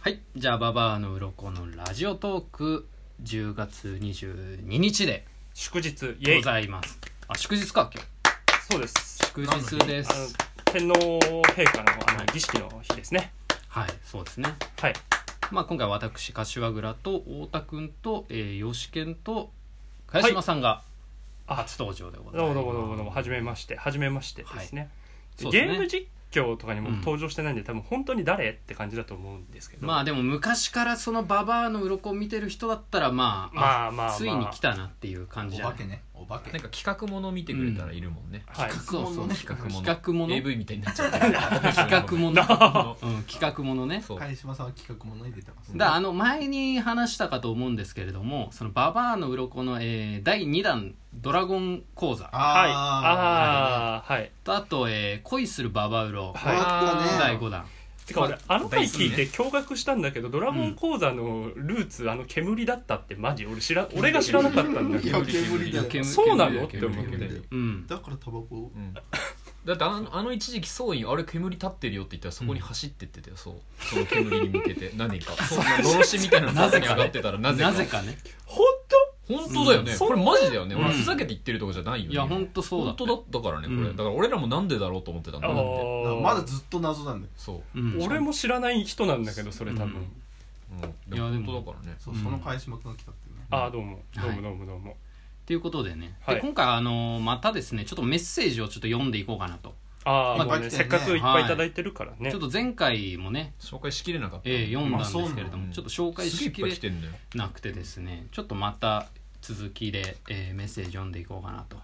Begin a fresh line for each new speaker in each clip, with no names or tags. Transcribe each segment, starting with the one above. はいじゃあ「ババアの鱗のラジオトーク」10月22日で
祝日イエ
ご
イ
ざいますあ祝日か今日
そうです
祝日です
あの天皇陛下のあの儀式の日ですね
はいそうですね
はい
まあ今回私柏倉と太田君と、えー、吉健と茅島さんが
あ
初登場でござい
ど
ます、
うもどうもどうもどうもはじめましてはじめましてですね,、
そう
ゲ
ですね
ーム実況とかにも
うん
登場してないんで、多分本当に誰って感じだと思うんですけど
まあでも昔からそのババアの鱗を見てる人だったらまあ,、
まあまあまあ
ついに来たなっていう感じじ
お
ゃ
化
ない
けねお化け
なんか企画もの見てくれたらいるもんね、
はい
そうそう
企
企画もの
企画も の
AV みたいになっちゃってる
企画もの、うん、企画ものね
そう
貝島さんは企画ものに出てます
だあの前に話したかと思うんですけれども「そのババアの鱗の、えー第2弾「ドラゴン講座」
はい
あ
ああーはい
とあと、えー恋するババウロ」
ーあった
第
ね
5弾
てか俺あの回聞い
大
て驚愕したんだけど「ドラゴン講座」のルーツあの煙だったってマジ俺知ら俺が知らなかったんだけ
い
ど
や煙だよ
煙
そうなの
煙
って思っ
煙
て
煙
うん
だからタバコ
うんだってあのあの一時期総員あれ煙立ってるよって言ったらそこに走ってってたよ、そうその煙に向け て何かそんなのろしみたいなの
な
な
ぜか
ぜに
ね
上がってたらなぜか
なぜかね
本
本当だよね、
うん
これマジだよね、
うん
俺ふざけて言ってるとかじゃないよね
いや本当そうだ
本
った
当だったからねこれ、
うん
だから俺らもなんでだろうと思ってたん
当
だなって
あー
まだずっと謎なんだよ
そう、
うん
俺も知らない人なんだけどそれ多分、
うん
うん、
いやでも
本当だからね
そう
うん
その貝島君が来たっていうね
ああどうもどう
はい
もどうもどうも、
ということでね、
は
で
い
今回あのまたですねちょっとメッセージをちょっと読んでいこうかなと、
ああもう
まあ
ねせっかくいっぱいいただいてるからね、
ちょっと前回もね、
紹介しきれなかった、
えー読んだんですけれども、
まあ
ちょっと紹介
すげ
し
えいっ
き
ぱい
れ
来てんだよ
なくてですねちょっとまた続きで、えーメッセージ読んでいこうかなと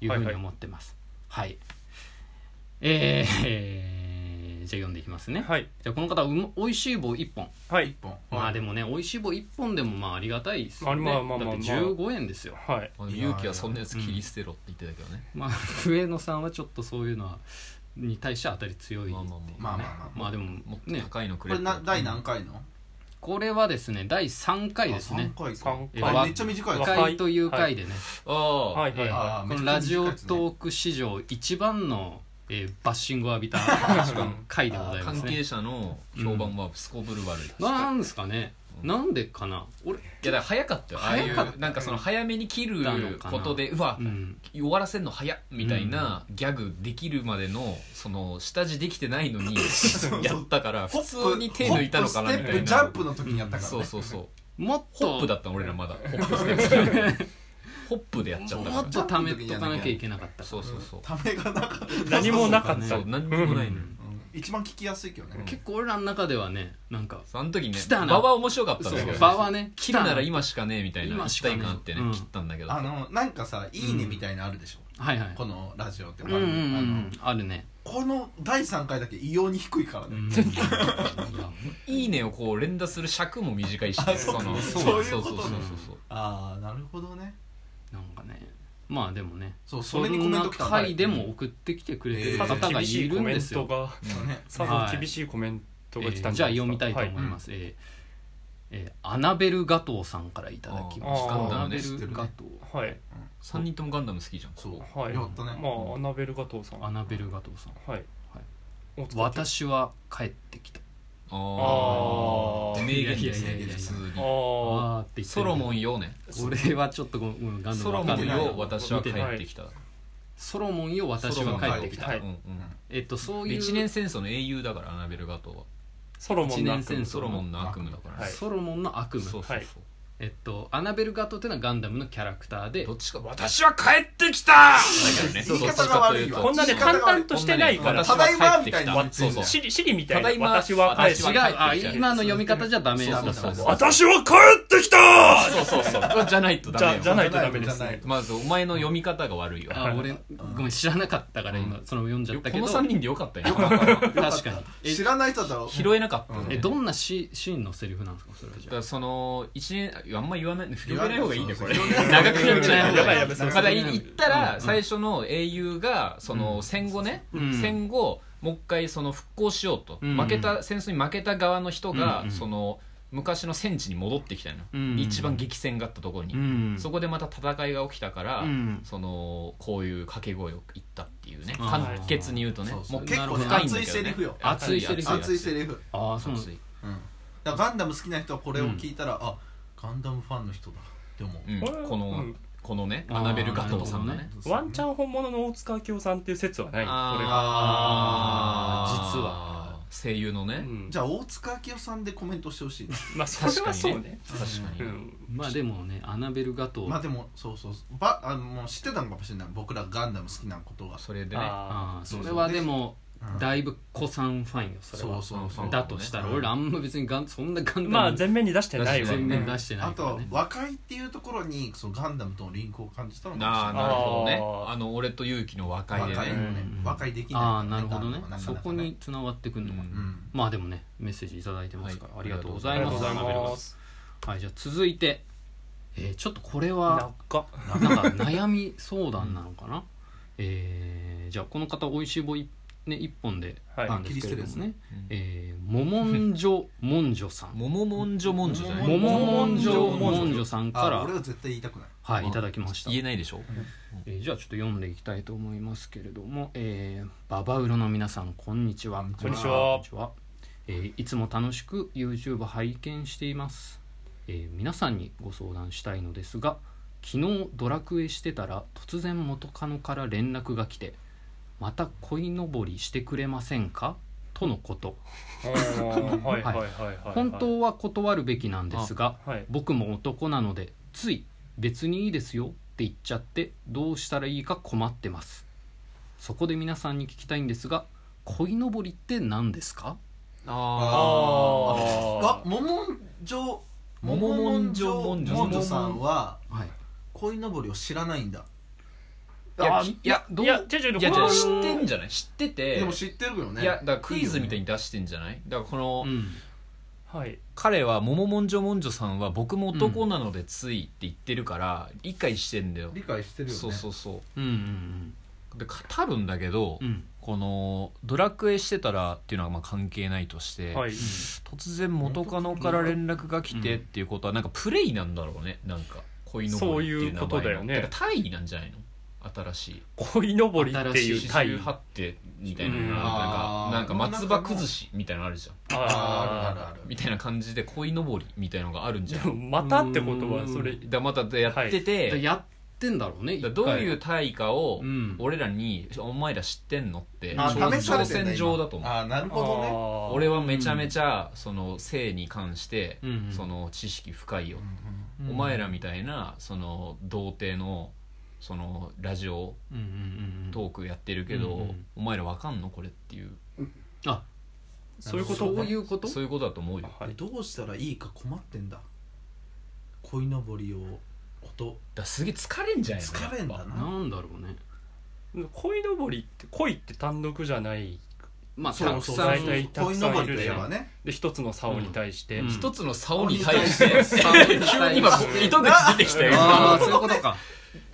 いうふうに思ってますはい、えーえーじゃあ 読んでいきますね、
はい
じゃあこの方うも美味しい棒1本、
はい
一本
まあでもね美味しい棒1本でもまあありがたいですよね
まあまあまあまあ
だって15円ですよ
はい
あの
いやー
勇気はそんなやつ切り捨てろって言ってたけどね、
まあ上野さんはちょっとそういうのはに対して当たり強い
まあま
まあ
あ
まあまあ
まあでも
もっと
ね
高いのく
こ
れ
れ
って
な第何回の
これはですね第3回ですね
あ三
三
回か
回
あめっちゃ短い
1
ね
わ
回という回でね、
ああ、
はいはいは
あー
こ
めっ
の
ちゃ短い
ラジオ
ですね
トーク史上一番の、えーバッシングを浴びた回でございま
関
すね
係者の評判はすこぶる悪い、い
なんですかね
うん
なんでかな俺
やだから早かったよああい
早かった
うなんかその早めに切ることでうわ、
うん
終わらせんの早っみたいなギャグできるまでのその下地できてないの に
う
やったから
ホ
普
ップ
通に手抜いたのかなみ
ホッ
た
プステッ
いな
プジャンプの時にやったからね
そうそうそう
もっと
ホップだったの俺らまだホップステップホップでやっちゃった
もっ
か
と貯めとかなきゃいけなかった
ら
から
そうそうそう
ためがなか った
い何もなかっ
そ
た
う何にもないのよ
うん
うん一番聞きやすいけどね
結構俺らの中ではねなんか
その時ね
来たな
場は面白かったんだけ
そう
ど
場はね
切るなら
来
今しかねえみたいな
今し
一
かねえ
体感あって
うん
ね切ったんだけど
あのなんかさ「いいね」みたいなのあるでしょ
たなはいはい
このラジオって
う
番
んうんう
組あの
んあるね
この第3回だけ異様に低いから
う
ね
ん
いいねをこう連打する尺も短いし、
あ
ね、
そうか
の
そういうことね
そうそうそうそう
ああなるほどね
なんかねまあでもね
そう
そ
それにコ
ん
メ
な
ント来たんだ
回でも送ってきてくれてる
た
方
だ
が
厳
い
しい
る
コ
ん
メ
で
ン
す
ト
よ
が
そうね
さ
は
ぞ
い
厳しいコメントが来
え
た
ー
ん
じゃあ
です
読みたいと思い
は
ます、えーえーアナベルガトーさんからいただきまし
あ
た
ー
アナベ
知って
ル
るね
ガトー
はい、はい
3人ともガンダム好きじゃん
そう
はい
やったね
まあアナベルガトーさん
ア
は
ナベルガトーさん
い、はい、お疲れ
私は帰ってきた
あ
あー
名言です
いや
ね
いやいやいや
普通に
あー
ーって言って
ソロモンよね
俺はちょっとごめんごめんガンダ
ソ
ム
ロ
わか
モ
ん
ン
ない
よ私は帰ってきた
ソロモンよ私は帰ってきた
は
う
い
んうん
えっとそういう
一年戦争の英雄だからアナベルガトーは
ソロモンの
一
悪
年戦
夢
争
ソロモンの悪夢だからね
はい
ソロモンの悪夢
そうそうそう
はい
えっとアナベルガトーっていうのはガンダムのキャラクターで
どっちか私は帰ってきただからね
言い方が悪いわ
こんなね
言い方が
淡々としてないから
私は帰ってき
ただいまみたいな
そうそう
シリシリみたい
ただい
な
ま
私は返
あ違
し
私は
うあ今の読み方じゃダメ
そう
そうそう
そう
私は帰ってきた
そうそうそうじゃないとダ
じ
メ
ゃ
よ
じゃないとダメです
じゃない
ね
まずお前の読み方が悪いよ
あ俺ごめん知らなかったから今その読んじゃった
こ
けど
の3人でよかったよ
確かにえ
知らない人だったら
拾えなかったよね
えどんなシシーンのセリフなんですかそれはじゃ
だか
あ
らその一年ああんま言わない広げない方がいいねこれ
広げない
長くなっちゃう
やばいやばい
ま
そう
あだから言ったら最初の英雄がその戦後ね
うん
戦後もう一回その復興しようと
うん
負けた戦争に負けた側の人
う
が
ん
その昔の戦地に戻ってきたの
うん
一番激戦があったところ
う
に
ん
そこでまた戦いが起きたから
うん
そのこういう掛け声を言ったっていうね
あー
簡潔に言うとね
そうそう
もう
結構ね
深いんだけ
熱
ど
いセリフよ
熱いセリフ
熱いセリフ
ああそう
熱い
うんだからガンダム好きな人はこれを聞いたら、あガンダムファンの人だでも、
うん
これ
この、
うん
このね
あー
アナベル・ガトーさんがね
ワンチャン本物の大塚明夫さんっていう説はないこれは
これ
あーあー声優のね、
うん
じゃあ大塚明夫さんでコメントしてほしいな
まあそれはそうね
確かに、
うん
まあでもねアナベルガトー、
まあ
あ
でもそうそうばあのもう知ってたのかもしれない僕らガンダム好きなことが、
それでね
あ
あそれはでも
うん
だいぶ子さんファンよそれは
そうそうそう
だとしたら
うん
俺らあんま別にガンそんなガン
ーま
ダ
あ
ム
全面に出してないわ
全
全
面
面
ね
出してな
あ
い
と
から
は
ね
和解っていうところにそのガンダムとのリンクを感じたのかもしれ
ああ
ない
なるほどね
あー
あの俺と勇気の和解
和
で
解も
ね、
ね、
うん
和解できない
ああ
か
な
ら
るほどね
ガンダムはなか
そ
なか
こに繋がってくるのかな、
うん
うん
まあでもねメッセージ頂いただいてますから、
はい
ありがとうござ
あ
い
り
ま
がとう
す
ございま
は
す
いじゃあ続いて、えーちょっとこれ
な
は
んか
なんか悩み相談なのかな、えーじゃあこの方おいしい棒い、ね、一本で
はい
なんですけれどもね、
うん
えーモモンジョモンジョさん
モモモンジョモンジョじゃない
モモモンジョモンジョ
さ
さんか
あ
ら
俺は絶対言いたくない
はいいただきました
言えないでしょ
えーじゃあちょっと読んでいきたいと思いますけれども、えー、ババウロの皆さんこんにちは
こんにちは
こんにちはえーいつも楽しく YouTube 拝見しています、えー皆さんにご相談したいのですが昨日ドラクエしてたら突然元カノから連絡が来て「また鯉のぼりしてくれませんか?」とのこと
うんはいはいはいはいはい
本当は断るべきなんですが
はい
僕も男なのでつい「別にいいですよ」って言っちゃってどうしたらいいか困ってますそこで皆さんに聞きたいんですが鯉のぼりって何ですか
あー
あモモンジョ
モモモンジョ
モ
モン
ン
ジ
ジ
ョ
ョさんは
はい
鯉のぼりを知らないんだ
いや
あ
きい
いやどう
いや違う違う
いや
こ
じゃ
の
あ知ってんじゃない知ってて
でも知ってるよね
いやだからクイズみたいに出してんじゃないだからこの、
うん
はい
彼はモモモンジョモンジョさんは僕も男なのでついって言ってるから理解してんだよ
理解してるよね
そうそうそ
うんうん
うで語るんだけど、
うんうん
このドラクエしてたらっていうのはまあ関係ないとして、
はい
突然元カノから連絡が来てっていうことはなんかプレイなんだろうねなんか恋のぼりっていう名前の
そういうことだよね
だから大意なんじゃないの新しい
鯉のぼりって
新
い
し
う
い
タイ
四十八手みたいなのが
うん
なんかなんか松葉崩しみたいなのあるじゃん
あるあるある
みたいな感じで鯉のぼりみたいなのがあるんじ
で
ゃん
も またってことはそれ
だまたでやってて、
だからやってんだろうね
だどういう
一
対価を
回うん
俺らに「お前ら知ってんの?」って
あ
挑
試されてん
戦
だ
状だと思う
ああなるほどね
あー
俺はめちゃめちゃその性に関して
うんうん
その知識深いよ
う
う
ん
ん
お前らみたいなその童貞のそのラジオ
うんうんうんうん
トークやってるけ
うんう
ど
ん
お前らわかんのこれっていう
あ
そういうこと
そういうこと
そういうことだと思うよ
はい
でどうしたらいいか困ってんだ鯉のぼりをこと
だすげえ疲れんじゃん
疲れんだな
なんだろうね
鯉のぼりって鯉って単独じゃない
まあ
そう
たく
そう
さん
大体たく
鯉
さ
の
ん
ぼ
いる
りとい
じ
え
ゃ
ば
ん
ね
で一つの竿に対して、
うん
一つの竿に対して急に今糸口出てきたよ
ああそういうことか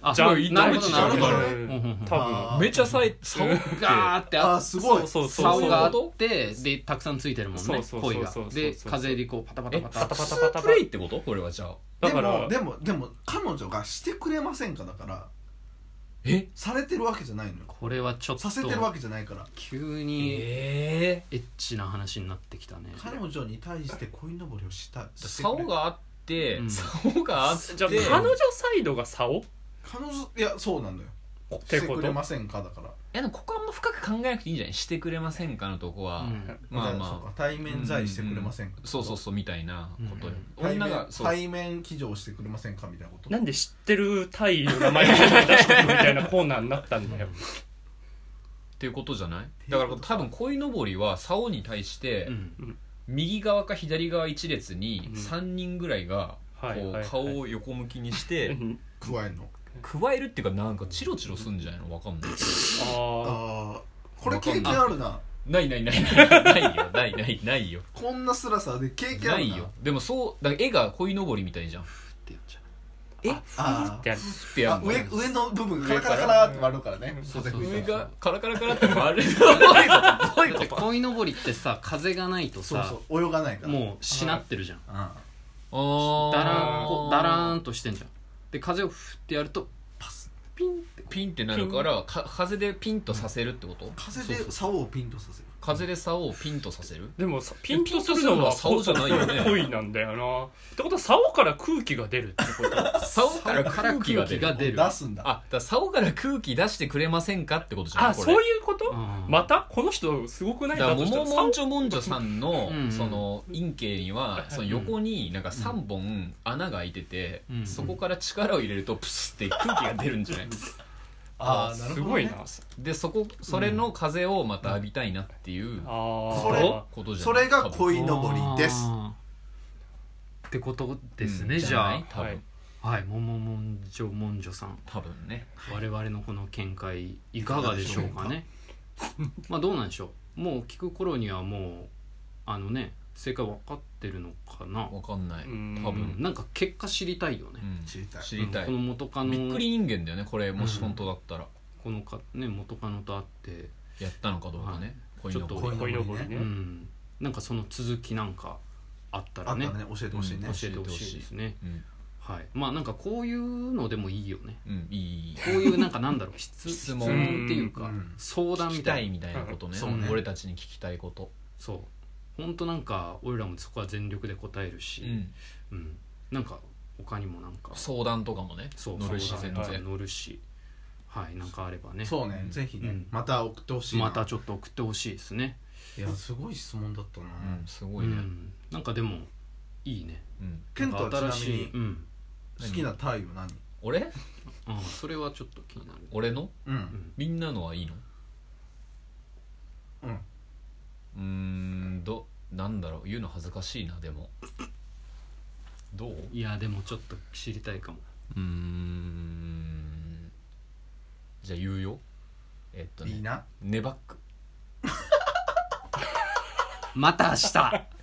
あ
じゃあ
なるほどなるほど
なるほど
うんうんうん
多分
あー
めっちゃさい竿って
ガーってあ
あ
っ
あすごい
そうそうそう
竿
そう
があってでたくさんついてるもん
そ
ね
うそうそう
鯉が
そうそうそう
で風でこうパタパタ
え
パ
パタ
タ
パタ
パタ
プレイってことこれはじゃあ
だ
で
か
も
ら
でもでも彼女がしてくれませんかだから
え
されてるわけじゃないのよ
これはちょっと
させてるわけじゃないから
急に
え
エ
え
ッチな話になってきたね
彼女に対して鯉のぼりをしたいしてく
竿
れ
があって
うん
竿があって
じゃあ彼女サイドが竿
彼女いやそうなのよ
っ
して
てこ
く
と
れませんかだから
いやでもここはあんま深く考えなくていいんじゃないしてくれませんかのとこは
うん
まあ
だからそう
ま
か
あ
対面在してくれませんか
そうそうそうみたいなことよ
対
女
面
がそう
対面騎乗してくれませんかみたいなこと
なんで知ってるタイの名前を出してくるみたいなコーナーになったんだよ
っていうことじゃないだから多分鯉のぼりは竿に対して
うん
右側か左側一列に
うん
3人ぐらいが
はいはい
こ
はいう
顔を横向きに して
加えんの
加えるっていうかなんかチロチロすんじゃないのわかんない
あ
ああこれ経験あるな
ないないないないよないないない よ
こんなスラさで経験あ
な
るない
よでもそうだから絵が鯉のぼりみたいじゃんっ
ってやっちゃう
ーっ
あ
てやる
て
ー
や
あ
んの
上上の部分カ
上
ラ
か
カ
ら
ラカラって割るからね
そう
袖
上
吹いたら
がカラカラカラって回 るどういう
だ
こ
って
と
鯉のぼりってさ風がないと
そう
さ
そう泳がないから
もうしなってるじゃん
うんあ
あ
だらんこうだらー
ん
んとしてんじゃんで風をふってやるとパスピンって
ピンってなるからか風でピンとさせるってこと
風
そうそ
で
う
竿をピンとさせる
風で竿をピンとさせる
でもさピンとするのは
ピンとするのは竿じゃないよね
恋なんだよなってことは竿から空気が出るってこと
竿から空気が出
空気
る
が出る
出すんだ
あだから竿から空気出してくれませんかってことじゃない
あ
これ
そういうこと
うん
またこの人すごくな
だ
いだ
からも
とした
も
ら
も
竿
んじょもんじょさんの
うん
その陰茎にはその横になんか3本穴が開いてて
うん
そこから力を入れるとプスって空気が出るんじゃない
あーなるほどね
すごいな
でそこそれの風をまた浴びたいなっていう
あー
それ
ことじゃ
そ
ない
れが
多分
鯉のぼりです
あーってことですね、
うん
じゃ
ない多
はい
分
あはいもももんじょもんじょさん
多分ね
我々のこの見解いかがでしょうかねまあどうなんでしょうもう聞く頃にはもうあのね正解分かってるのかな、
わかんない
うん
多
うん
分
なんか結果知りたいよね、
うん
知りたい
知りたい
この元カノ
びっくり人間だよねこれもし本当だったら
このか、ね、元カノと会って、
やったのかどうかね鯉のぼ
ちょっ
り
鯉のぼり
う
ね
ん、なんかその続きなんかあった
あ
ら
った
ね
らね教えてほしいね、
うん
教えてほしいですね
うん
はいまあなんかこういうのでもいいよね
うんいい
こういうなんかなんだろう質
質
質
問
問っていう
う
か
ん
相談
聞
み
き
た
た
い
い
な
みたいなことね
そうね
俺たちに聞きたいこと
そう本当なんか俺らもそこは全力で答えるし、
うん
うんなんか他にもなんか
相談とかもね
そう
乗るし
相
全
談とか
然
乗るしはいなんかあればね
そうね、
うん
ぜひね、
うん
また送ってほしいな
またちょっと送ってほしいですね
いやすごい質問だったな、
うんすごいね
うんなんかでもいいね
うん
ケントはち
新
な
し
み
い、
に
うん、
好きなタイは何
俺
ああそれはちょっと気になる
俺の
うん、
みんなのはいいの
うん、
うーんどなんだろう言うの恥ずかしいなでもどう
いやでもちょっと知りたいかも
うーんじゃあ言うよえっと
いい
ね
な
ネバック
また明日